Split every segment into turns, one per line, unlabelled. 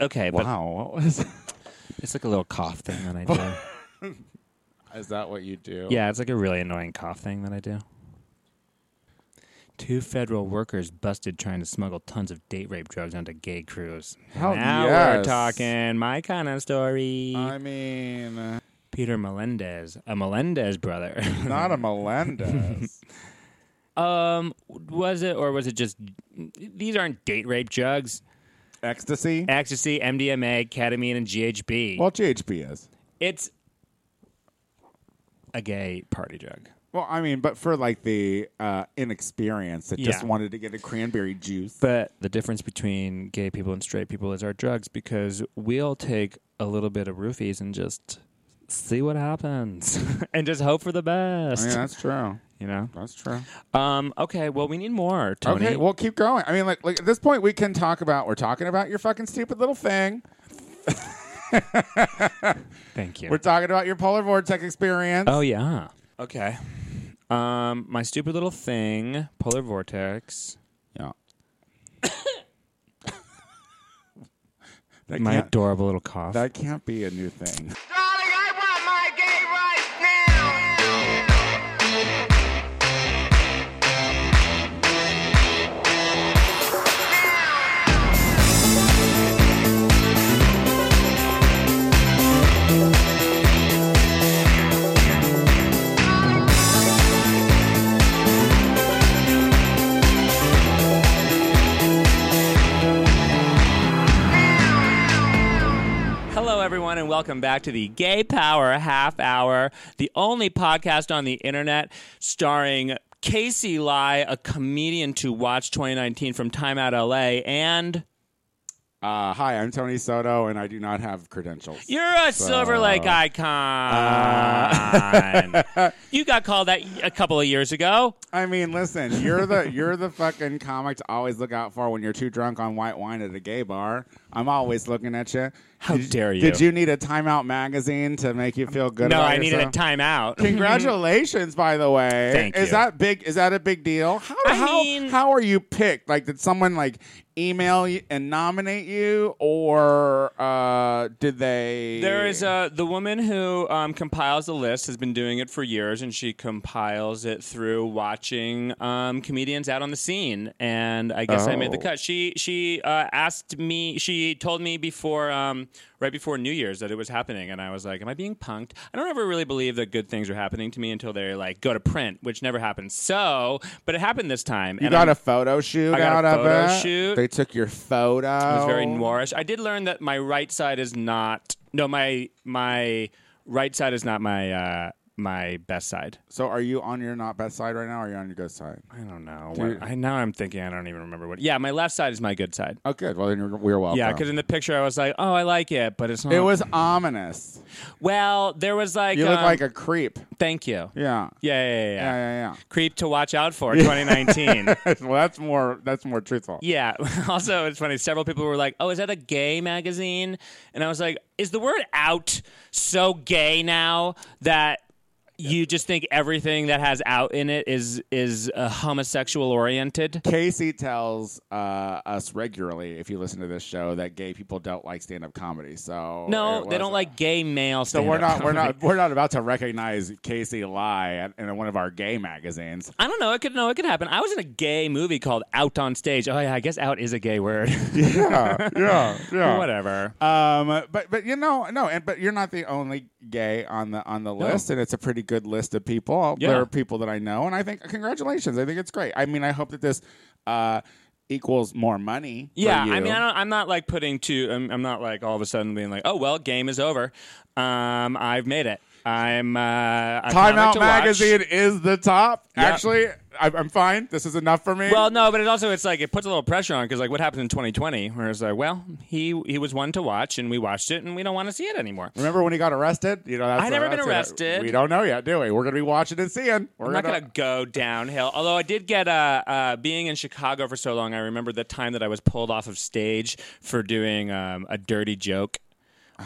Okay, but
Wow, what was?
it's like a little cough thing that I do.
Is that what you do?
yeah, it's like a really annoying cough thing that I do. Two federal workers busted trying to smuggle tons of date rape drugs onto gay crews.
Hell
now we're
yes.
talking my kind of story.
I mean, uh,
Peter Melendez, a Melendez brother.
not a Melendez.
um, was it or was it just these aren't date rape drugs?
Ecstasy.
Ecstasy, MDMA, ketamine, and GHB.
Well, GHB is.
it's a gay party drug.
Well, I mean, but for like the uh, inexperienced that just
Yeah.
wanted to get a cranberry juice.
But the difference between gay people and straight people is our drugs because we'll take a little bit of roofies and just see what happens and just hope for the
I mean,
best.
that's true.
You know.
That's true.
Um. Okay. Well, we need more, Tony.
Okay, well, keep going. I mean, like, like at this point, we can talk about. We're talking about your fucking stupid little thing.
Thank you.
We're talking about your polar vortex experience.
Oh yeah. Okay. Um, my stupid little thing, polar vortex.
yeah. that,
My
can't,
adorable little cough.
that can't be a new thing.
Darling, I want my gay rights now.
Hello, everyone, and welcome back to the Gay Power Half Hour, the only podcast on the internet starring Casey Lai, a comedian to watch 2019 from Time Out LA, and
Uh, hi, I'm Tony Soto, and I do not have credentials.
you're a Silver Lake icon. you got called that a couple of years ago.
I mean, listen, you're the you're the fucking comic to always look out for when you're too drunk on white wine at a gay bar. I'm always looking at you.
How dare you?
Did you need a timeout magazine to make you feel good?
No,
about
I needed a
yourself?
timeout.
Congratulations, by the way.
Thank
is
you.
that big? Is that a big deal? How
I
how,
mean-
how are you picked? Like, did someone like email you and nominate you, or uh, did they?
There is uh, the woman who um, compiles the list has been doing it for years, and she compiles it through watching um, comedians out on the scene. And I guess I made the
Oh.
cut. She she uh, asked me. She told me before, um, right before New Year's, that it was happening, and I was like, "Am I being punked?" I don't ever really believe that good things are happening to me until they like go to print, which never happens. So, but it happened this time.
You
and
got
I'm-
a photo shoot
I got
out
a photo
of it.
shoot.
They took your photo.
It was
Oh.
very noirish. I did learn that my right side is not no my my right side is not my uh my best side.
So, are you on your not best side right now? Or are you on your good side?
I don't know.
Dude.
What, I now I'm thinking I don't even remember what. Yeah, my left side is my good side.
Oh, good. Well, then you're, we're welcome.
Yeah, because in the picture I was like, oh, I like it, but it's not.
it was ominous.
well. There was like
You look
um,
like a creep.
thank you. Yeah, yeah,
Yeah.
yeah, yeah.
Yeah, yeah,
Creep to watch out for 2019.
yeah. well, that's more. That's more truthful.
Yeah. Also, it's funny. Several people were like, "Oh, is that a gay magazine?" And I was like, "Is the word out so gay now that you just think everything that has out in it is is uh, homosexual oriented?"
Casey tells uh, us regularly, if you listen to this show, that gay people don't like stand-up comedy. So
No,
it
they
was-
don't like gay male.
So we're not we're not we're not about to recognize Casey Lie at- in one of our gay magazines.
I don't know. It could no. It could happen. I was in a gay movie called Out on Stage. Oh yeah, I guess out is a gay word.
Yeah, yeah, yeah.
Whatever.
Um, but but you know no, and but you're not the only gay on the on the list, and it's a pretty good list of people.
Yeah.
There are people that I know, and I think congratulations. I think it's great. I mean, I hope that this uh, equals more money. for
Yeah, I
you.
mean, I don't, I'm not like putting to. I'm, I'm not like all of a sudden being like, oh well, game is over. Um, I've made it. I'm uh, a
Time
comic
Out
to watch.
Magazine is the top. Actually, I, I'm fine. This is enough for me.
Well, no, but it also it's like it puts a little pressure on because like what happened in 2020, where it's like, well, he he was one to watch, and we watched it, and we don't want to see it anymore.
remember when he got arrested? You know, that's
I never been
that's it.
arrested.
We don't know yet, do we? We're gonna be watching and seeing. We're
I'm not gonna go downhill. Although I did get uh, uh, being in Chicago for so long, I remember the time that I was pulled off of stage for doing um, a dirty joke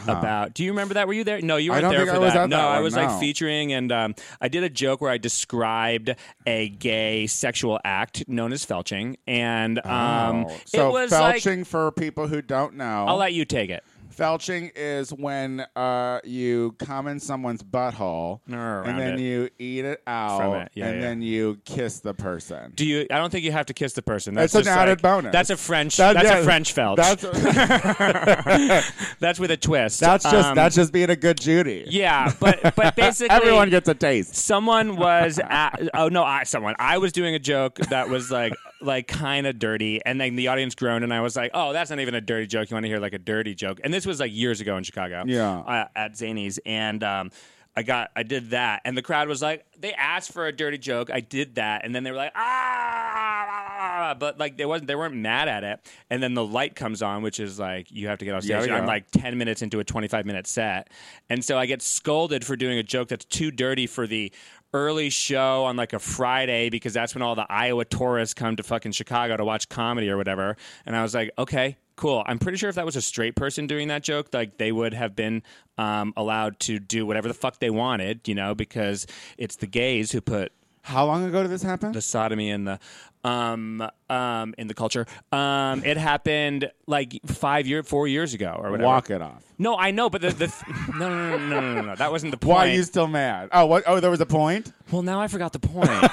about. Do you remember that? Were you there? No, you
Uh-huh. I
weren't
don't
there
think
for
I was
that.
at
No,
that
I
one,
was
no.
like featuring, and um, I did a joke where I described a gay sexual act known as felching, and um,
Oh. so
it was like
felching for people who don't know.
I'll let you take it.
felching is when uh, you come in someone's butthole
Or around
and then
it.
you eat it out
From it, yeah,
and
yeah.
then you kiss the person.
Do you? I don't think you have to kiss the person. That's
It's an
just like-
added bonus.
That's a French.
That-
that's
yeah,
a French felch. That's,
That's
with a twist.
that's just
Um,
that's just being a good Judy.
yeah. But but basically,
Everyone gets a taste.
someone was at, oh no I someone I was doing a joke that was like like kind of dirty and then the audience groaned and I was like oh that's not even a dirty joke you want to hear like a dirty joke and this was like years ago in Chicago
Yeah.
uh, at Zany's and um I got I did that and the crowd was like they asked for a dirty joke I did that and then they were like ah but like they wasn't they weren't mad at it and then the light comes on which is like you have to get off
Yeah,
stage and
yeah.
I'm like 10 minutes into a 25 minute set. And so I get scolded for doing a joke that's too dirty for the early show on like a Friday because that's when all the Iowa tourists come to fucking Chicago to watch comedy or whatever. And I was like, okay, cool. I'm pretty sure if that was a straight person doing that joke, like they would have been um, allowed to do whatever the fuck they wanted, you know, because it's the gays who put
How long ago did this happen?
the sodomy in the um um in the culture um it happened like five year four years ago or whatever
Walk it off.
no, I know, but the, the th- no, no, no, no, no, no, no, that wasn't the point.
Why are you still mad? Oh, what? Oh, there was a point.
well, now I forgot the point.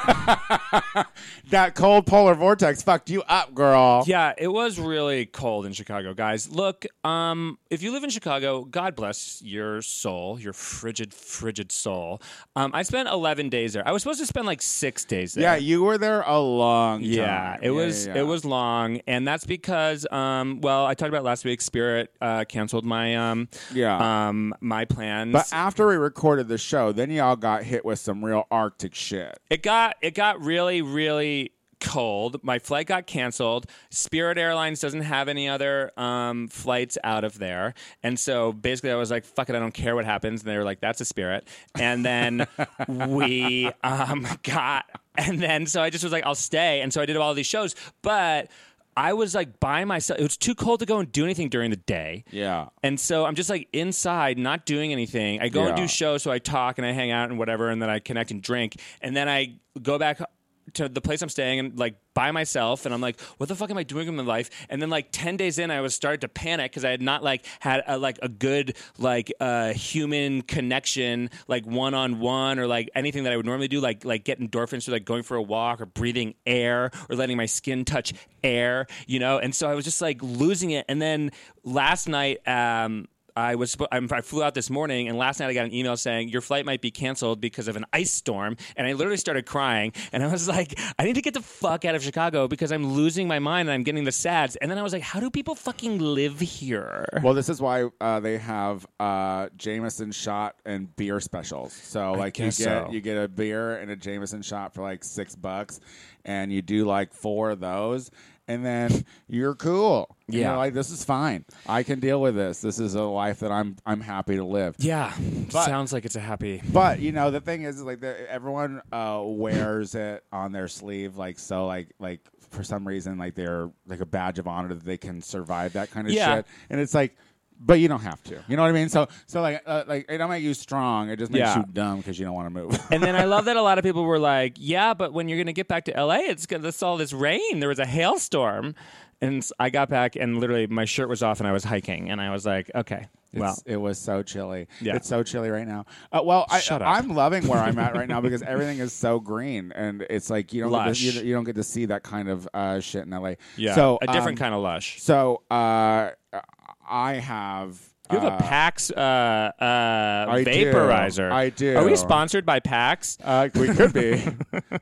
That cold polar vortex fucked you up, girl.
yeah, it was really cold in Chicago, guys. Look, um, if you live in Chicago, God bless your soul, your frigid, frigid soul. Um, I spent 11 days there. I was supposed to spend like six days there.
Yeah, you were there a long time.
Yeah, it was
yeah, yeah.
it was long, and that's because um, well, I talked about last week. Spirit uh, canceled my um,
Yeah.
um, my plans.
But after we recorded the show, then y'all got hit with some real Arctic shit.
It got it got really really cold. My flight got canceled. Spirit Airlines doesn't have any other um, flights out of there, and so basically I was like, "Fuck it, I don't care what happens." And they were like, "That's a Spirit," and then we um, got, and then so I just was like, "I'll stay," and so I did all these shows, but. I was like by myself. It was too cold to go and do anything during the day.
Yeah.
And so I'm just like inside, not doing anything. I go and
Yeah.
do shows, so I talk and I hang out and whatever, and then I connect and drink, and then I go back to the place I'm staying and like by myself, and I'm like, what the fuck am I doing in my life? And then like ten days in, I was started to panic because I had not like had a, like a good like uh, human connection, like one on one or like anything that I would normally do, like like get endorphins through like going for a walk or breathing air or letting my skin touch air, you know. And so I was just like losing it, and then last night. um I was spo- I'm, I flew out this morning, and last night I got an email saying your flight might be canceled because of an ice storm, and I literally started crying, and I was like, I need to get the fuck out of Chicago because I'm losing my mind and I'm getting the sads, and then I was like, how do people fucking live here?
Well, this is why uh, they have uh, Jameson shot and beer specials. So, like, you get
guess so.
you get a beer and a Jameson shot for like six bucks, and you do like four of those, and then you're cool. And
Yeah.
you're like this is fine. I can deal with this. This is a life that I'm I'm happy to live.
yeah, sounds like it's a happy.
But you know the thing is, is like the, everyone uh, wears it on their sleeve, like so, like like for some reason, like they're like a badge of honor that they can survive that kind of
Yeah.
shit. And it's like, but you don't have to. You know what I mean? So so like uh, like it don't make you strong. It just makes
Yeah.
you dumb because you don't want to move.
And then I love that a lot of people were like, "Yeah, but when you're going to get back to LA, it's going to all this rain. There was a hailstorm." And s- I got back and literally my shirt was off and I was hiking and I was like, "Okay, well,
It's- it was so chilly.
Yeah.
It's so chilly right now. Uh, well, I,
Shut up.
I'm loving where I'm at right now because everything is so green and it's like you don't get
Lush.
to, you, you don't get to see that kind of uh, shit in LA.
yeah,
So
a different
um,
kind of lush."
So uh, I have.
You have
uh,
a PAX uh, uh,
I do.
vaporizer.
I do.
Are we sponsored by PAX?
uh, we could be.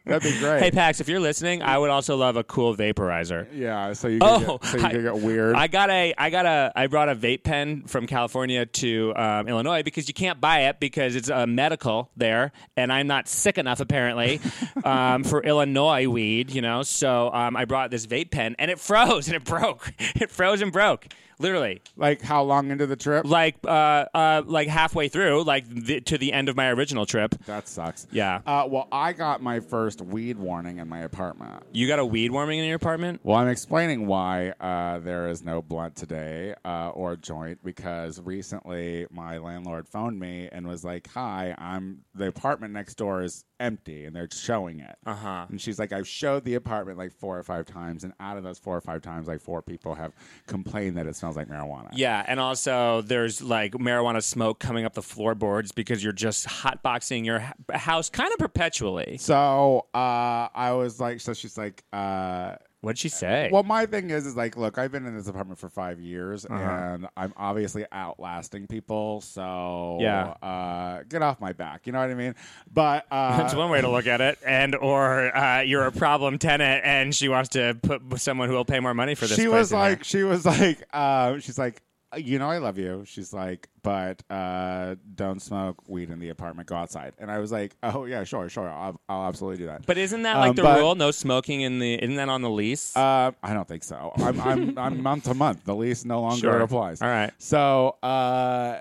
That'd be great.
Hey, PAX, if you're listening, I would also love a cool vaporizer.
yeah. So you. Could
Oh,
get, so you could get weird.
I got a, I got a, I brought a vape pen from California to um, Illinois because you can't buy it because it's a medical there, and I'm not sick enough apparently um, for Illinois weed, you know. So um, I brought this vape pen, and it froze and it broke. It froze and broke. Literally,
Like how long into the trip?
like uh, uh, like halfway through, like the, to the end of my original trip.
That sucks.
Yeah.
Uh, well, I got my first weed warning in my apartment.
You got a weed warming in your apartment?
Well, I'm explaining why uh, there is no blunt today uh, or joint because recently my landlord phoned me and was like, "Hi, I'm the apartment next door is empty and they're showing it." Uh
Uh-huh.
And she's like, "I've showed the apartment like four or five times, and out of those four or five times, like four people have complained that it smells like marijuana."
Yeah, and also there's like marijuana smoke coming up the floorboards because you're just hotboxing your h- house kind of perpetually.
So uh, I was like, so she's like. Uh,
What did she say?
Well, my thing is, is like, look, I've been in this apartment for five years,
Uh-huh.
and I'm obviously outlasting people. So,
Yeah.
uh, get off my back. You know what I mean? But uh,
That's one way to look at it, and or uh, you're a problem tenant, and she wants to put someone who will pay more money for this.
she
place
was
in there.
like, she was like, uh, she's like, you know, I love you. She's like, but uh, don't smoke weed in the apartment. Go outside. And I was like, oh yeah, sure, sure, I'll, I'll absolutely do that.
But isn't that
Um,
like the
but-
rule? No smoking in the isn't that on the lease?
Uh, I don't think so. I'm I'm, I'm month to month. The lease no longer
Sure.
applies.
All right.
So uh,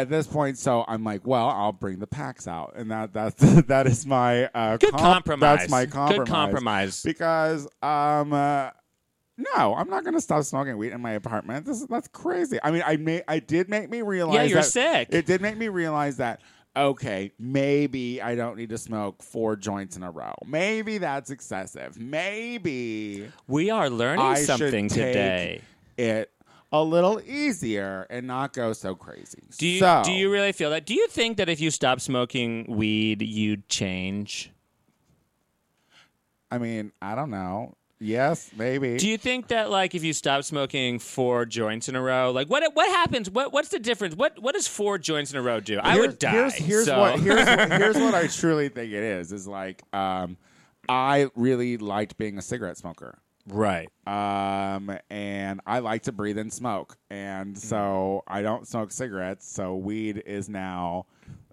at this point, so I'm like, well, I'll bring the packs out, and that that's that is my uh,
Good
com-
compromise.
That's my
Good
compromise.
compromise.
Because um. Uh, no, I'm not gonna stop smoking weed in my apartment. This is, that's crazy. I mean, I may, I did make me realize.
you're
that-
sick.
It did make me realize that. Okay, maybe I don't need to smoke four joints in a row. Maybe that's excessive. Maybe
we are learning
I
something
should take
today.
It a little easier and not go so crazy.
Do you
So,
do you really feel that? Do you think that if you stop smoking weed, you'd change?
I mean, I don't know. Yes, maybe.
Do you think that like if you stop smoking four joints in a row, like what what happens? What what's the difference? What what does four joints in a row do? I
Here-
would die.
Here's, here's
so-
what here's, what- here's what I truly think it is is like um, I really liked being a cigarette smoker.
right.
Um, and I like to breathe in smoke,
Mm.
and so I don't smoke cigarettes. So weed is now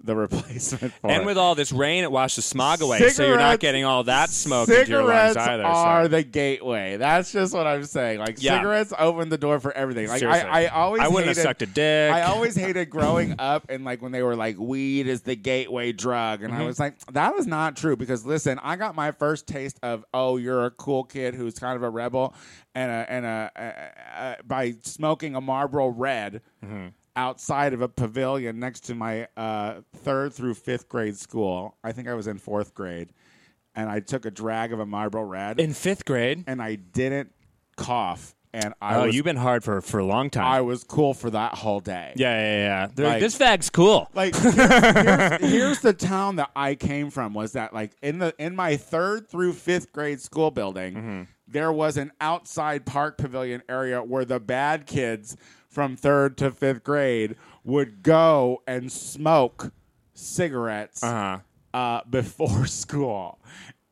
the replacement for
And
it.
with all this rain, it washes smog away, so you're not
Cigarettes-
getting all that smoke into your lungs
cigarettes
either. so-
are the gateway. That's just what I'm saying. Like
Yeah.
cigarettes open the door for everything. Like
Seriously.
I, I always
I wouldn't have
hated-
sucked a dick.
I always hated growing up and like when they were like weed is the gateway drug, and I was like that is not true because listen, I got my first taste of oh you're a cool kid who's kind of a rebel, and a and a, a, a, by smoking a Marlboro Red. Outside of a pavilion next to my uh, third through fifth grade school, I think I was in fourth grade, and I took a drag of a Marlboro Red,
in fifth grade.
and I didn't cough, and I
Oh,
was
you've been hard for for a long time.
I was cool for that whole day.
Yeah, yeah, yeah. They're like,
Like-
this fag's cool.
Like here's, here's, here's the town that I came from was that like in the in my third through fifth grade school building,
Mm-hmm.
there was an outside park pavilion area where the bad kids from third to fifth grade would go and smoke cigarettes
Uh-huh.
uh, before school,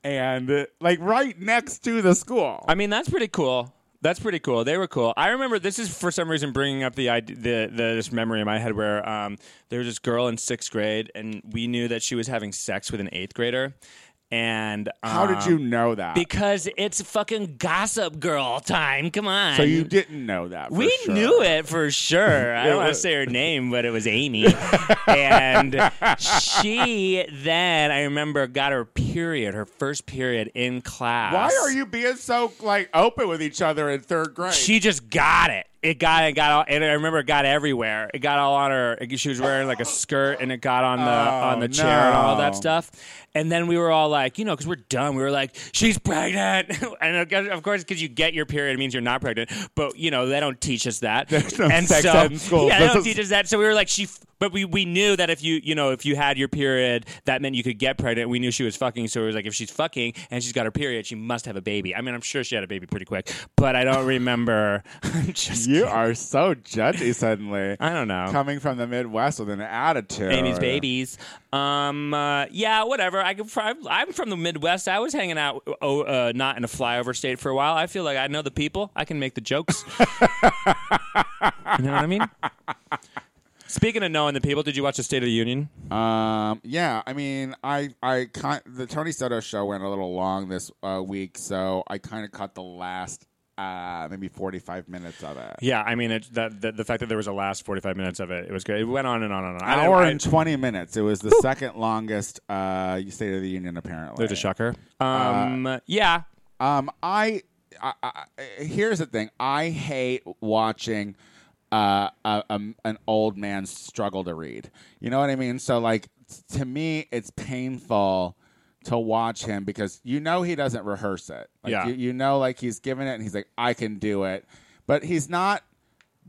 and uh, like right next to the school.
I mean, that's pretty cool. That's pretty cool. They were cool. I remember this is for some reason bringing up the idea, the, the this memory in my head where um, there was this girl in sixth grade, and we knew that she was having sex with an eighth grader. And
How
um,
did you know that?
Because it's fucking gossip girl time. Come on.
So you didn't know that. for
We
sure.
knew it for sure. I don't want to
was-
say her name, but it was Amy. and she then, I remember, got her period, her first period in class.
Why are you being so like open with each other in third grade?
She just got it. It got it got all, and I remember it got everywhere. It got all on her. She was wearing like a skirt, and it got on the on the chair and all that
Oh, no.
stuff. And then we were all like, you know, because we're dumb. We were like, she's pregnant, and of course- of course, because you get your period, it means you're not pregnant. But you know, they don't teach us that.
There's no
and
sex
so,
ed in school.
Yeah, they don't teach us that. So we were like, she. f- But we, we knew that if you you know if you had your period, that meant you could get pregnant. We knew she was fucking, so it was like if she's fucking and she's got her period, she must have a baby. I mean, I'm sure she had a baby pretty quick, but I don't remember. I'm just
you are so judgy suddenly.
I don't know.
Coming from the Midwest with an attitude.
Amy's babies. Um, uh, yeah, whatever. I could. prob- I'm from the Midwest. I was hanging out, oh, uh, not in a flyover state for a while. I feel like I know the people. I can make the jokes. you know what I mean? Speaking of knowing the people, did you watch the State of the Union?
Um, yeah, I mean, I, I, ki- the Tony Soto show went a little long this uh, week, so I kind of caught the last uh, maybe 45 minutes of it.
Yeah, I mean, it, that, the, the fact that there was a last 45 minutes of it, it was good. It went on and on and on. I-
Hour
I-
and 20 minutes. It was the second longest uh, State of the Union, apparently.
There's a shocker. Um, yeah.
Um, I, I, I here's the thing. I hate watching uh, a, a, an old man struggle to read. You know what I mean? So like t- to me, it's painful to watch him because you know he doesn't rehearse it. Like,
Yeah.
you, you know, like he's given it and he's like, I can do it, but he's not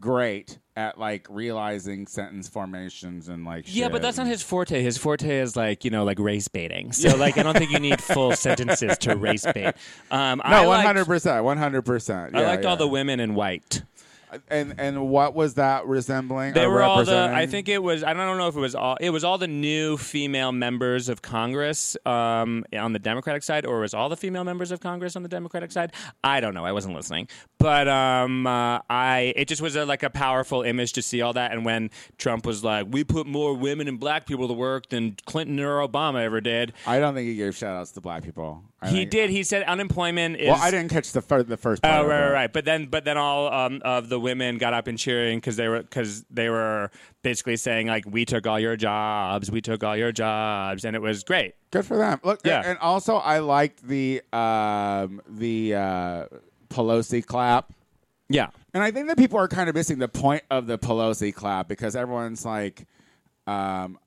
great at like realizing sentence formations and like
Yeah, but
shit.
that's not his forte. His forte is like, you know, like race baiting. So, like, I don't think you need full sentences to race bait. Um, I
no one
liked-
hundred percent one hundred percent
I liked all the women in white.
and and what was that resembling
They
or
were all the.
representing?
I think it was. I don't know if it was all. It was all the new female members of Congress um, on the Democratic side, or was all the female members of Congress on the Democratic side? I don't know. I wasn't listening, but um, uh, I. It just was a, like a powerful image to see all that. And when Trump was like, "We put more women and black people to work than Clinton or Obama ever did,"
I don't think he gave shout outs to black people. I
he
think-
did. He said unemployment is.
Well, I didn't catch the fir- the first part.
Oh
of
right,
it.
right, right. But then, but then all um, of the women got up and cheering because they were because they were basically saying like, "We took all your jobs, we took all your jobs," and it was great.
Good for them. Look,
Yeah.
and also I liked the um, the uh, Pelosi clap.
Yeah,
And I think that people are kind of missing the point of the Pelosi clap because everyone's like, um,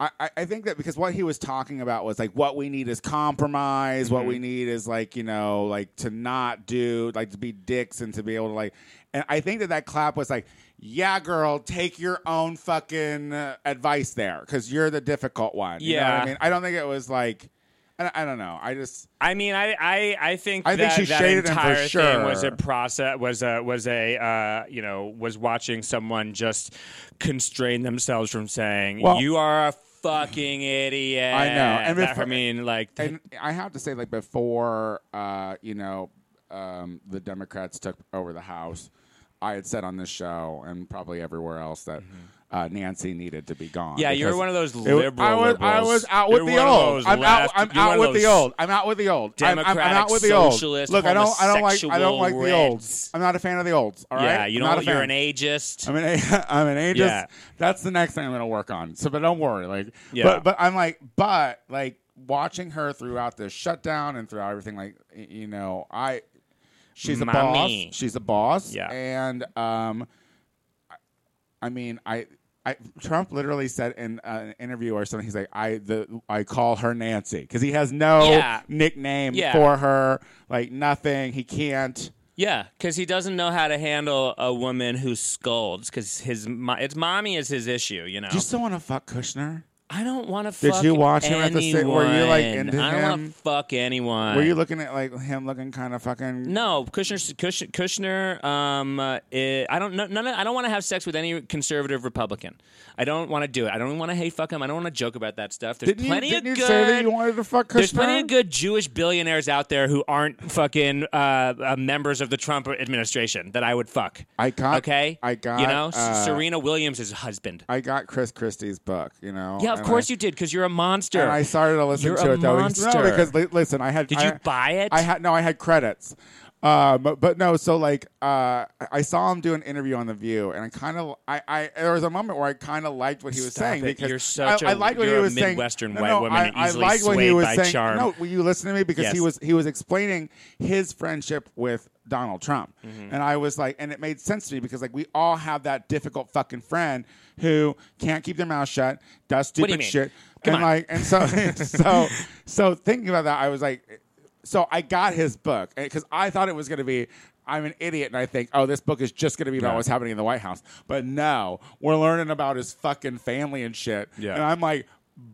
I, I- I think that because what he was talking about was like what we need is compromise. What we need is like you know like to not do like to be dicks and to be able to like. And I think that that clap was like, yeah, girl, take your own fucking uh, advice there because you're the difficult one. You know what
Yeah.
I mean, I don't think it was like, I, I don't know. I just
I mean, I, I, I think
I think
that,
she
that
shaded him for
entire thing
sure.
was a process, was a, was a, uh, you know, was watching someone just constrain themselves from saying,
Well-
"You are a fucking idiot."
I know. And
That-
before-
I mean, like,
and I have to say, like before, uh, you know, um, the Democrats took over the House, I had said on this show and probably everywhere else that uh, Nancy needed to be gone.
Mm-hmm. Yeah, you were
because
one of those
it was-
liberal
I was, I
liberals.
was out
You
with
were
the
one of
old.
those
I'm out.
left-
I'm
you were
out
one of
with the
those
old. I'm out with the old. I'm, I'm, I'm out
democratic,
with the old.
socialist,
Look, I don't. I don't like. I don't like the
homosexual
olds.
Reds.
I'm not a fan of the olds. All right.
yeah, you
I'm
know,
not a
you're
fan.
an ageist.
I'm an a- I'm an ageist.
Yeah.
That's the next thing I'm gonna work on. So, but don't worry. Like,
Yeah.
but but I'm like, but like watching her throughout this shutdown and throughout everything. Like, y- you know, I she's a
Mommy.
boss. She's a boss.
Yeah.
And um, I- I mean, I. I, Trump literally said in uh, an interview or something, he's like, "I the I call her Nancy because he has no
Yeah.
nickname
Yeah.
for her, like nothing. He can't.
Yeah, because he doesn't know how to handle a woman who scolds. Because his mo- it's mommy is his issue. You know,
Do you still want to fuck Kushner?
I don't want to.
Did
fuck
you watch him at the
anyone.
sit- were you, like, into
I don't want
him?
to fuck anyone.
Were you looking at like him looking kind of fucking?
No, Kushner. Kush- Kushner. Um, uh, eh, I don't. No, none. of- I don't want to have sex with any conservative Republican. I don't want to do it. I don't want to hate fuck him. I don't want to joke about that stuff. There's
Didn't you,
plenty
didn't
of
you
good.
say that you wanted to fuck Kushner?
There's plenty of good Jewish billionaires out there who aren't fucking uh, uh, members of the Trump administration that I would fuck.
I got-
Okay.
I got,
You know, S-
uh,
Serena Williams' husband.
I got Chris Christie's book, you know.
yeah, of
and
course
I,
you did, because you're a monster.
And I started to listen
You're
to
a
it though.
monster.
No, because li- listen, I had.
Did
I-
you buy it?
I had no. I had credits. Um, but, but no, so like uh, I- I saw him do an interview on The View, and I kind of, I, I, there was a moment where I kind of liked what he was
Stop
saying
it.
because
You're such
I, I
a-
liked what
you're
he
a
was saying.
Midwestern
no,
white
no,
woman
I, I
easily
liked what he
swayed
was
by
saying.
charm.
No, will you listen to me because he
Yes.
was he was explaining his friendship with Donald Trump,
Mm-hmm.
and I was like, and it made sense to me because like we all have that difficult fucking friend who can't keep their mouth shut, does
do you
stupid
mean?
shit,
Come
and
on.
like, and so so so thinking about that, I was like, so I got his book because I thought it was going to be. I'm an idiot, and I think, oh, this book is just going to be about
Yeah.
what's happening in the White House. But no, we're learning about his fucking family and shit.
Yeah.
And I'm like,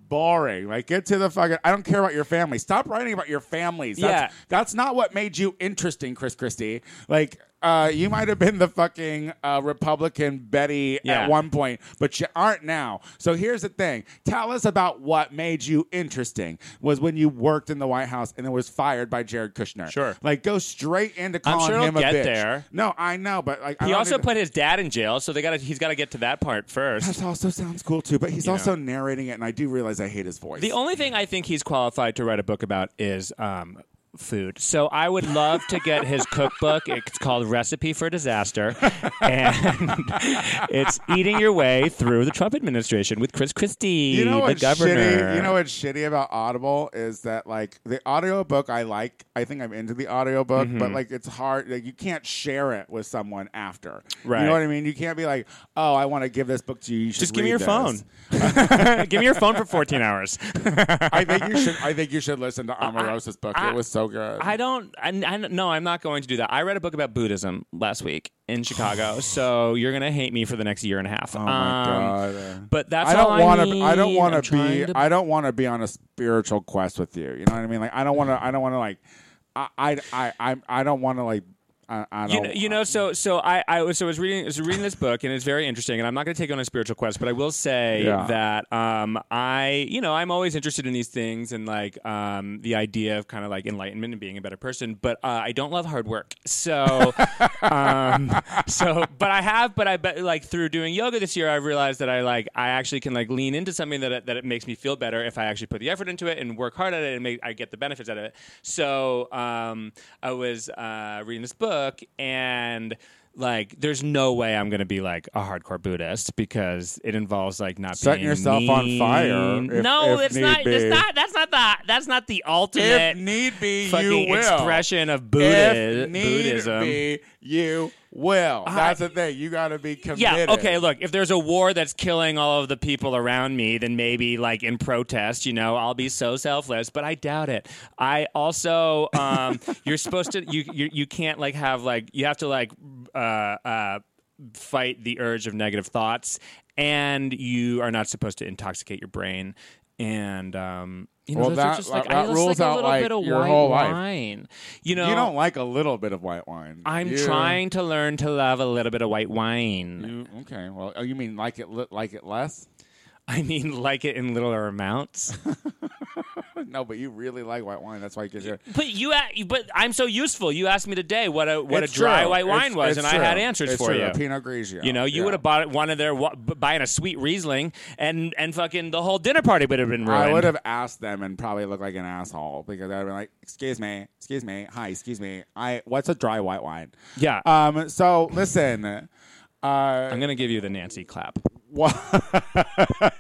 boring. Like, get to the fucking. I don't care about your family. Stop writing about your families. That's,
Yeah.
that's not what made you interesting, Chris Christie. Like, uh, you might have been the fucking uh, Republican Betty
Yeah.
at one point, but you aren't now. So here's the thing: tell us about what made you interesting. Was when you worked in the White House and then was fired by Jared Kushner.
Sure.
like go straight into calling
sure he'll
him a
get
bitch.
there.
No, I know, but like I
he
don't
also
think-
put his dad in jail, so they got. to He's got to get to that part first.
That also sounds cool too, but he's also narrating it, and I do realize I hate his voice.
The only thing I think he's qualified to write a book about is um, food. So I would love to get his cookbook. It's called Recipe for Disaster. And it's Eating Your Way Through the Trump Administration with Chris Christie,
You know
the
what's
governor.
shitty? You know what's shitty about Audible is that like the audiobook I like. I think I'm into the audiobook,
Mm-hmm.
but like it's hard. Like you can't share it with someone after. You
Right.
know what I mean? You can't be like, oh, I want to give this book to you. you should
Just give me
read
your
this."
phone. give me your phone for 14 hours.
I think you should. I think you should listen to Omarosa's book. it was so good.
I don't. I, I- no, I'm not going to do that. I read a book about Buddhism last week in Chicago, so you're gonna hate me for the next year and a half.
oh my god.
But um, that's
I don't
all
want to. I don't
mean. I'm
want to
trying
be. I don't want to be on a spiritual quest with you. You know what I mean? Like I don't want to. I don't want to like. I. I. I. I'm- I don't want to like. I, I
you
don't.
know, you know so so I, I was so I was reading I was reading this book and it's very interesting and I'm not going to take you on a spiritual quest but I will say
Yeah.
that um I you know I'm always interested in these things and like um the idea of kind of like enlightenment and being a better person but uh, I don't love hard work so um so but I have but I bet like through doing yoga this year I've realized that I like I actually can like lean into something that it, that it makes me feel better if I actually put the effort into it and work hard at it and make I get the benefits out of it so um I was uh reading this book and like there's no way I'm gonna be like a hardcore Buddhist because it involves like not
Setting
being
yourself on fire
mean.
if-
no,
if
it's not.
need be.
It's not. That's not the. That's not the ultimate
If need be,
fucking
you will.
expression of Buddha,
if need
Buddhism.
be, you will. That's the thing. You got to be committed.
Yeah. Okay. Look, if there's a war that's killing all of the people around me, then maybe like in protest, you know, I'll be so selfless. But I doubt it. I also, um, you're supposed to, you, you you can't like have like you have to like uh, uh, fight the urge of negative thoughts, and you are not supposed to intoxicate your brain. And um, you know,
Well,
those
that-
are just like
that
I just like
rules
a
out,
little
like,
bit of
your
white
whole life.
wine. You know,
You don't like a little bit of white wine.
I'm
You-
trying to learn to love a little bit of white wine.
You, okay. Well, oh, you mean like it li- like it less?
I mean, like it in littler amounts.
No, but you really like white wine. That's why you get your.
But you, a- but I'm so useful. You asked me today what a what
It's
a dry
true.
white wine
It's-
was,
it's
and
true.
I had answers
It's
for
true.
you.
Pinot Grigio.
You know, you
Yeah.
would have bought one of their wa- b- buying a sweet Riesling, and and fucking the whole dinner party would have been ruined.
I would have asked them and probably looked like an asshole because I'd be like, "Excuse me, excuse me, hi, excuse me, I what's a dry white wine?"
Yeah,
Um. So listen, uh,
I'm gonna give you the Nancy clap.
while,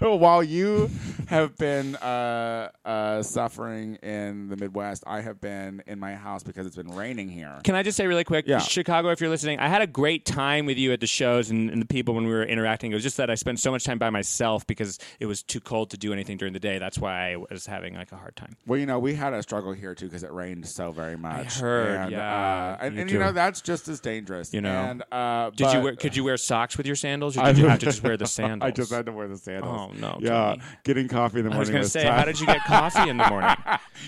while you have been uh, uh, suffering in the Midwest, I have been in my house because it's been raining here.
Can I just say really quick,
Yeah.
Chicago, if you're listening, I had a great time with you at the shows and, and the people when we were interacting. It was just that I spent so much time by myself because it was too cold to do anything during the day. That's why I was having like a hard time.
Well, you know, we had a struggle here too because it rained so very much.
heard,
and,
yeah,
uh, and,
me
and you
too.
know that's just as dangerous.
You know.
and, uh,
Did you
but-
wear, could you wear socks with your sandals, or did you have to just wear the sandals?
I just had to wear the sandals.
Oh, no,
Yeah,
Tony.
getting coffee in the morning.
I was gonna
was
say,
tough.
how did you get coffee in the morning?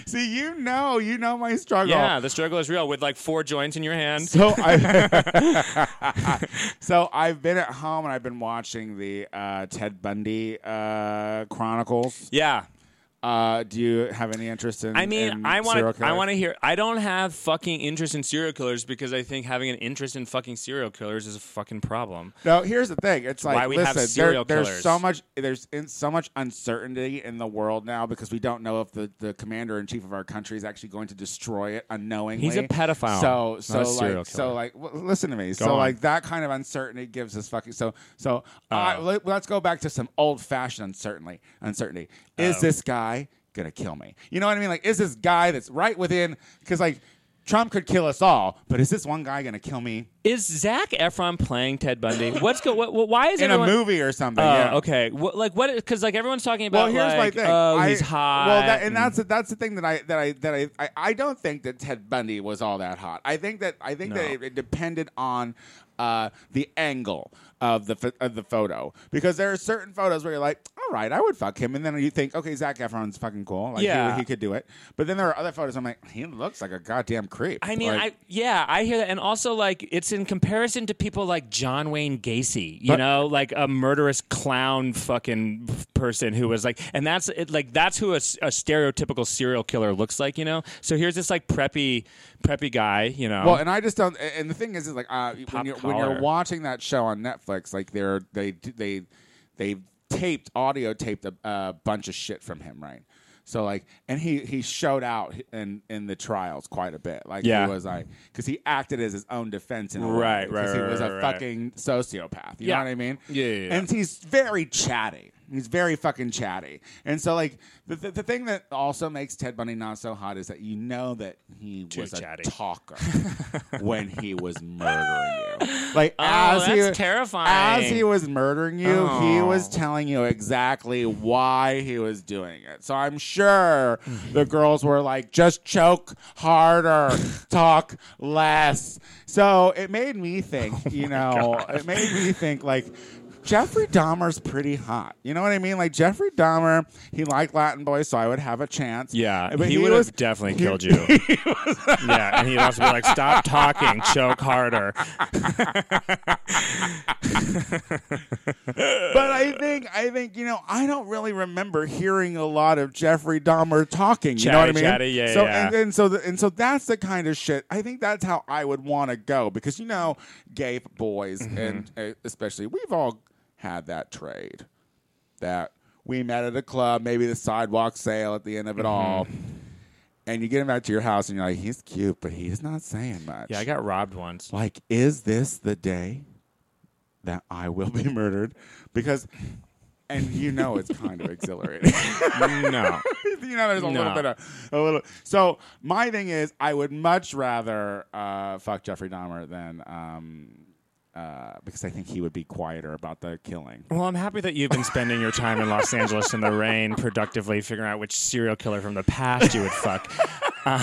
See, you know, you know my struggle.
yeah, the struggle is real with like four joints in your hand.
So I, so I've been at home and I've been watching the uh, Ted Bundy uh, Chronicles.
Yeah,
Uh, do you have any interest in?
I mean,
in
I
serial
want to.
killers?
I want to hear. I don't have fucking interest in serial killers because I think having an interest in fucking serial killers is a fucking problem.
No, here's the thing. It's like
why we have
listen, there-
serial
there's
killers.
so much there's in, so much uncertainty in the world now because we don't know if the, the commander in chief of our country is actually going to destroy it unknowingly.
He's a pedophile,
So
not
so
a
like
serial
so
killer.
like w- listen to me. so
on. Uh.
like that kind of uncertainty gives us fucking so so I- let, us go back to some old fashioned uncertainty. Uncertainty. Is
Uh.
this guy gonna kill me? You know what I mean? Like is this guy that's right within because like Trump could kill us all, but is this one guy gonna kill me
Is Zach Efron playing Ted Bundy? What's go? What, what, why is
in
everyone?
a movie or something?
Oh,
yeah.
okay. What, like what? Because like everyone's talking
Well,
about.
here's
like,
my thing.
Oh,
I-
he's hot.
Well, that, and that's that's the thing that I that I that I, I I don't think that Ted Bundy was all that hot. I think that I think that
No.
it, it depended on uh, the angle of the ph- of the photo because there are certain photos where you're like, all right, I would fuck him, and then you think, okay, Zach Efron's fucking cool, like he-
Yeah.
he, could do it. But then there are other photos. I'm like, he looks like a goddamn creep.
I mean,
Like-
I yeah, I hear that, and also like it's in comparison to people like John Wayne Gacy, you
But-
know, like a murderous clown fucking person who was like, and that's it, like that's who a, s- a stereotypical serial killer looks like, you know. So here's this like preppy, preppy guy, you know.
Well, and I just don't. And the thing is, is like uh, when
Pop
you're when you're
collar.
watching that show on Netflix, like they're they they they taped audio taped a, a bunch of shit from him, right? So like, and he he showed out in in the trials quite a bit. Like
Yeah.
he was like, because he acted as his own defense in a way,
Right, right,
'cause He
right,
was a
right, right.
fucking sociopath. You
Yeah.
know what I mean?
Yeah, yeah, yeah.
And he's very chatty. He's very fucking chatty. And so like the the, the thing that also makes Ted Bundy not so hot is that you know that he was
chatty.
a talker when he was murdering you. Like
Oh,
as he
that's terrifying. Oh.
as he was murdering you, he was telling you exactly why he was doing it. So I'm sure
Mm-hmm.
the girls were like, just choke harder, talk less. So it made me think,
Oh
you know, it made me think like Jeffrey Dahmer's pretty hot. You know what I mean? Like Jeffrey Dahmer, he liked Latin boys, so I would have a chance.
Yeah,
But
he, would
was-
have definitely killed you. yeah, and he'd also be like, "Stop talking, choke harder."
but I think I think you know I don't really remember hearing a lot of Jeffrey Dahmer talking. you know what I
Chatty,
mean?
chatty, yeah,
so
yeah.
And, and so the, and so that's the kind of shit. I think that's how I would want to go because you know, gay boys
Mm-hmm.
and uh, especially we've all had that trade that we met at a club, maybe the sidewalk sale at the end of
Mm-hmm.
it all. And you get him back to your house, and you're like, he's cute, but he's not saying much.
Yeah, I got robbed once.
Like, is this the day that I will be murdered? Because, and you know, it's kind of exhilarating.
No,
you know, there's a
No.
little bit of a little. So my thing is, I would much rather uh, fuck Jeffrey Dahmer than. Um, uh, because I think he would be quieter about the killing.
Well, I'm happy that you've been spending your time in Los Angeles in the rain productively figuring out which serial killer from the past you would fuck. Um,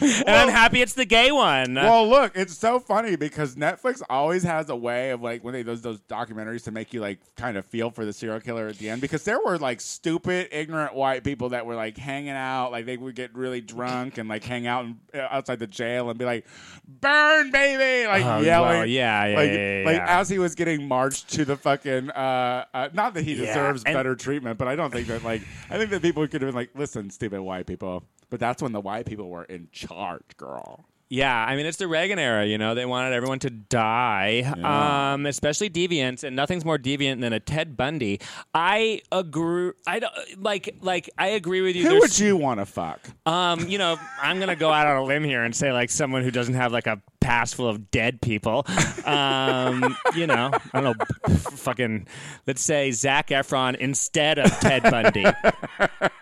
and I'm happy it's the gay one.
Well, look, it's so funny because Netflix always has a way of like when they those those documentaries to make you like kind of feel for the serial killer at the end because there were like stupid, ignorant white people that were like hanging out, like they would get really drunk and like hang out in, uh, outside the jail and be like, "Burn, baby!" like
Oh,
yelling,
well, yeah, yeah,
like,
yeah, yeah,
like
yeah.
as he was getting marched to the fucking. Uh, uh, not that he
Yeah,
deserves
and-
better treatment, but I don't think that like I think that people could have been like, "Listen, stupid white people." But that's when the white people were in charge, girl.
Yeah, I mean it's the Reagan era, you know. They wanted everyone to die, um, especially deviants, and nothing's more deviant than a Ted Bundy. I agree. I don't like like I agree with you.
Who
There's-
would you want to fuck?
Um, you know, I'm gonna go out on a limb here and say like someone who doesn't have like a past full of dead people. Um, you know, I don't know, f- fucking. Let's say Zach Efron instead of Ted Bundy.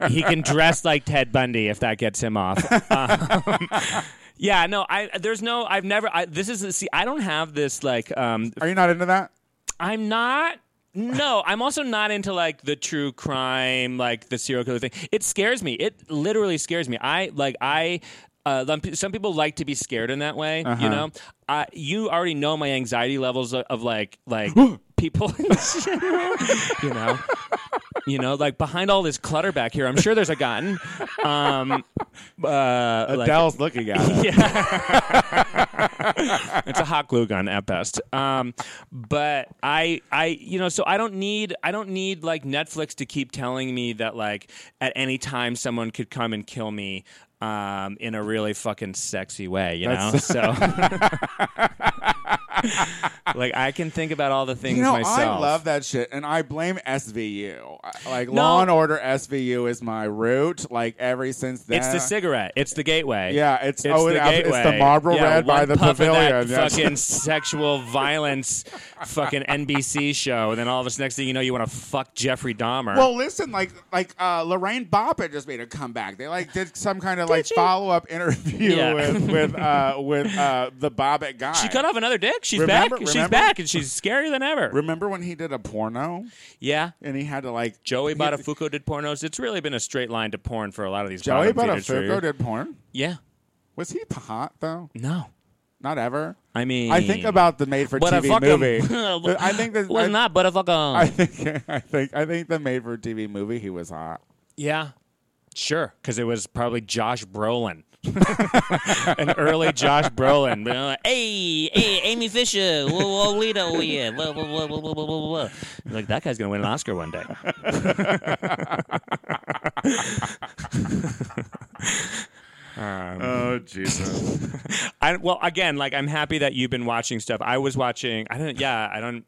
he can dress like Ted Bundy if that gets him off. Um, yeah, no, I there's no. I've never. I, this is see. I don't have this like. Um,
Are you not into that?
I'm not. No, I'm also not into like the true crime, like the serial killer thing. It scares me. It literally scares me. I like I. Uh, some pe- some people like to be scared in that way, you know. I, you already know my anxiety levels of, of like like people, in general, you know, you know, like behind all this clutter back here. I'm sure there's a gun. Um, uh, like-
Adele's looking at it.
yeah. it's a hot glue gun at best. Um, but I, I, you know, so I don't need, I don't need like Netflix to keep telling me that like at any time someone could come and kill me. Um, in a really fucking sexy way, you know.
That's-
So, like, I can think about all the things
You know,
myself.
I love that shit, and I blame SVU. I- Like
No.
Law and Order, SVU is my root. Like ever since then,
It's the cigarette. It's the gateway.
Yeah, it's- oh, it- it's the
gateway.
Marlboro
yeah,
Red by
one
the
puff of That
pavilion. That's-
fucking sexual violence, fucking NBC show, and then all of us next thing you know, you want to fuck Jeffrey Dahmer.
Well, listen, like like uh, Lorraine Bobbitt just made a comeback. They like did some kind of like
she?
follow up interview
Yeah.
with with uh, with uh, the Bobbitt guy.
she cut off another dick. She's
Remember-
back. She's
remember?
back, and she's scarier than ever.
Remember when he did a porno
yeah.
and he had to like
Joey
he-
Buttafuoco did pornos. It's really been a straight line to porn for a lot of these.
Joey
bottom theater
Buttafuoco
traders.
did porn.
Yeah.
Was he hot though?
No.
Not ever.
I mean,
I think about the made for TV
Buttafuoco-
movie. I think that
was
I-
not Buttafuoco.
I think I think I think the made for TV movie he was hot.
Yeah. Sure, because it was probably Josh Brolin, an early Josh Brolin. Uh, hey, hey, Amy Fisher, whoa, whoa, we know we in. Whoa, whoa, whoa, whoa, whoa, whoa, whoa, whoa. Like that guy's gonna win an Oscar one day.
Oh Jesus!
I, well, again, like I'm happy that you've been watching stuff. I was watching. I don't. Yeah, I don't.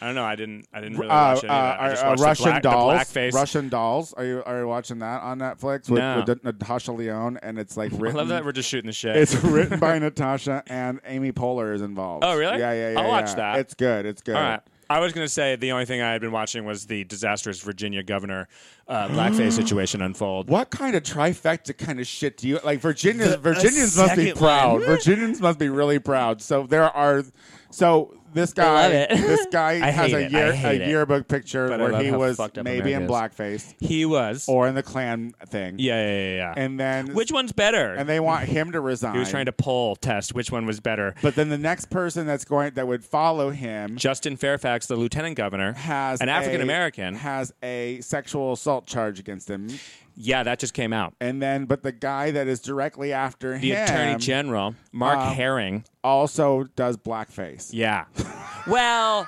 I don't know. I didn't. I didn't really
Uh,
watch any
uh,
of that. I
are-
just
are
watched
Russian
the, black,
dolls.
the blackface.
Russian dolls. Are you are you watching that on Netflix with,
No.
with Natasha Leone? And it's like
I
written.
love that we're just shooting the shit.
It's written by Natasha and Amy Poehler is involved.
Oh, really?
Yeah, yeah, yeah.
I'll watch
yeah.
that.
It's good. It's good.
All right. I was going to say the only thing I had been watching was the disastrous Virginia governor uh, blackface situation unfold.
What kind of trifecta kind of shit do you like? Virginians,
The- a
Virginians must be
second
proud.
one.
Virginians must be really proud. So there are, so this guy,
love it.
this guy
I
has
hate
a
it. I
year,
hate
a
it.
yearbook picture
But I
where
love
he
how
was
fucked up
maybe in
America
blackface
He was.
or in the Klan thing,
yeah, yeah, yeah, yeah.
and then
Which one's better?
and they want him to resign.
he was trying to poll test which one was better.
but then the next person that's going that would follow him
Justin Fairfax, the lieutenant governor,
has
an
a-
African American.
has a sexual assault charge against him,
yeah, that just came out.
and then but the guy that is directly after
The
him
attorney general, Mark
um,
Herring.
also does blackface.
Yeah. Well,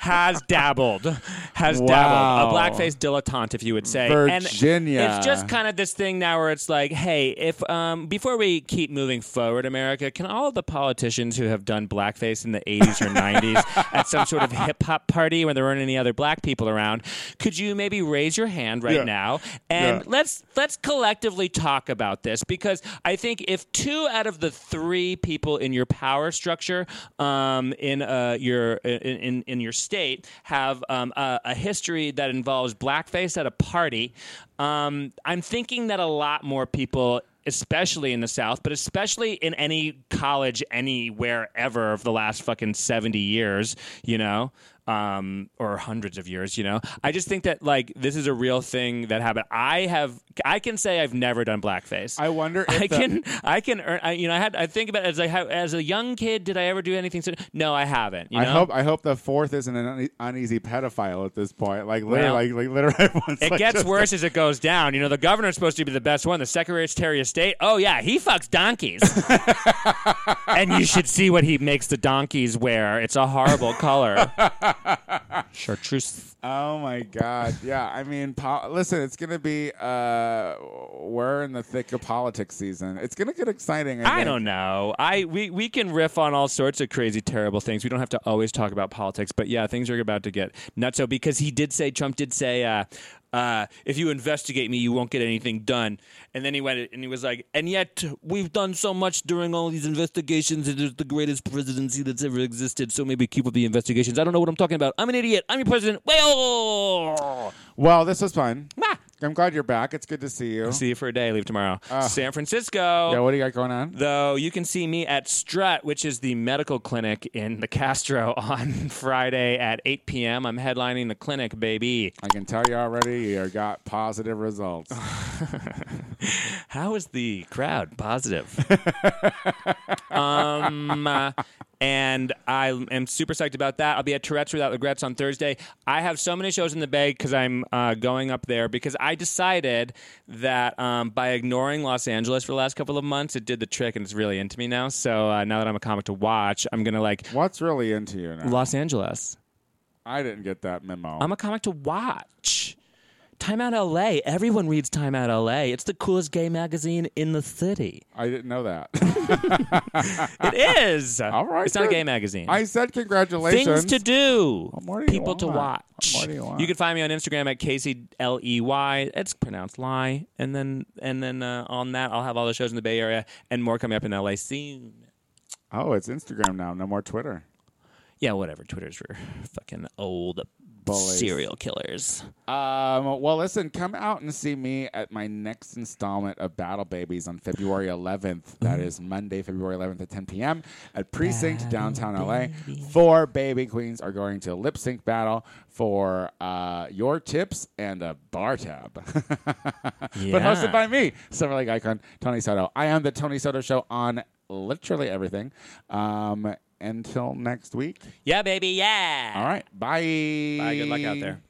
has dabbled, has
Wow.
dabbled. A blackface dilettante, if you would say.
Virginia.
And it's just kind of this thing now where it's like, hey, if um, before we keep moving forward, America, can all the politicians who have done blackface in the 80s or 90s at some sort of hip hop party where there weren't any other black people around, could you maybe raise your hand right
Yeah.
now and
Yeah.
let's let's collectively talk about this because I think if two out of the three people in your power structure um, in uh, your in, in in your state have um, a, a history that involves blackface at a party, um, I'm thinking that a lot more people. Especially in the South, but especially in any college anywhere ever of the last fucking 70 years, you know, um, or hundreds of years, you know. I just think that like this is a real thing that happened. I have, I can say I've never done blackface.
I wonder if
I
the-
can, I can earn. I, you know, I had. I think about it as I ha- as a young kid. Did I ever do anything? So, no, I haven't. You
I
know?
hope I hope the fourth isn't an une- uneasy pedophile at this point. Like literally,
Well,
like, like literally, everyone's
It
like,
gets
just-
worse as it goes down. You know, the governor's supposed to be the best one. The Secretary of State, oh yeah, he fucks donkeys. and you should see what he makes the donkeys wear. It's a horrible color. Chartreuse.
Oh my god! Yeah, I mean, po- listen, it's gonna be uh, we're in the thick of politics season. It's gonna get exciting. I,
I
think.
don't know. I we, we can riff on all sorts of crazy, terrible things. We don't have to always talk about politics, but yeah, things are about to get nutso because he did say Trump did say, uh, uh, "If you investigate me, you won't get anything done." And then he went and he was like, "And yet we've done so much during all these investigations. It is the greatest presidency that's ever existed. So maybe keep up the investigations." I don't know what I'm talking about. I'm an idiot. I'm your president. Well,
Well, this was fun.
Mwah.
I'm glad you're back. It's good to see you.
see you for a day. Leave tomorrow. San Francisco.
yeah, what do you got going on?
Though you can see me at Strut, which is the medical clinic in the Castro on Friday at 8 p.m. I'm headlining the clinic, baby.
I can tell you already. You got positive results.
How is the crowd positive? um, uh, and I am super psyched about that. I'll be at Tourette's Without Regrets on Thursday. I have so many shows in the bag because I'm uh, going up there because I decided that um, by ignoring Los Angeles for the last couple of months, it did the trick and it's really into me now. So uh, now that I'm a comic to watch, I'm going to like
What's really into you now?
Los Angeles.
I didn't get that memo.
I'm a comic to watch. Time Out LA. Everyone reads Time Out LA. It's the coolest gay magazine in the city.
I didn't know that.
It is.
All right,
It's not a
good.
gay magazine.
I said congratulations.
Things to do.
more do you
People to
want?
watch.
What more do you want?
can find me on Instagram at KCLEY. E It's pronounced lie. And then and then uh, on that I'll have all the shows in the Bay Area and more coming up in LA soon.
Oh, it's Instagram now. No more Twitter.
Yeah, whatever. Twitter's for fucking old
Bullies.
serial killers.
Um, well, listen, come out and see me at my next installment of Battle Babies on February 11th. That is Monday, February 11th at 10 p.m. at Precinct, downtown LA. Four baby queens are going to lip sync battle for uh, your tips and a bar tab. but
Yeah.
hosted by me, Silver Lake icon Tony Soto. I am the Tony Soto Show on literally everything. Um, until next week.
Yeah, baby. Yeah.
All right. Bye.
Bye. Good luck out there.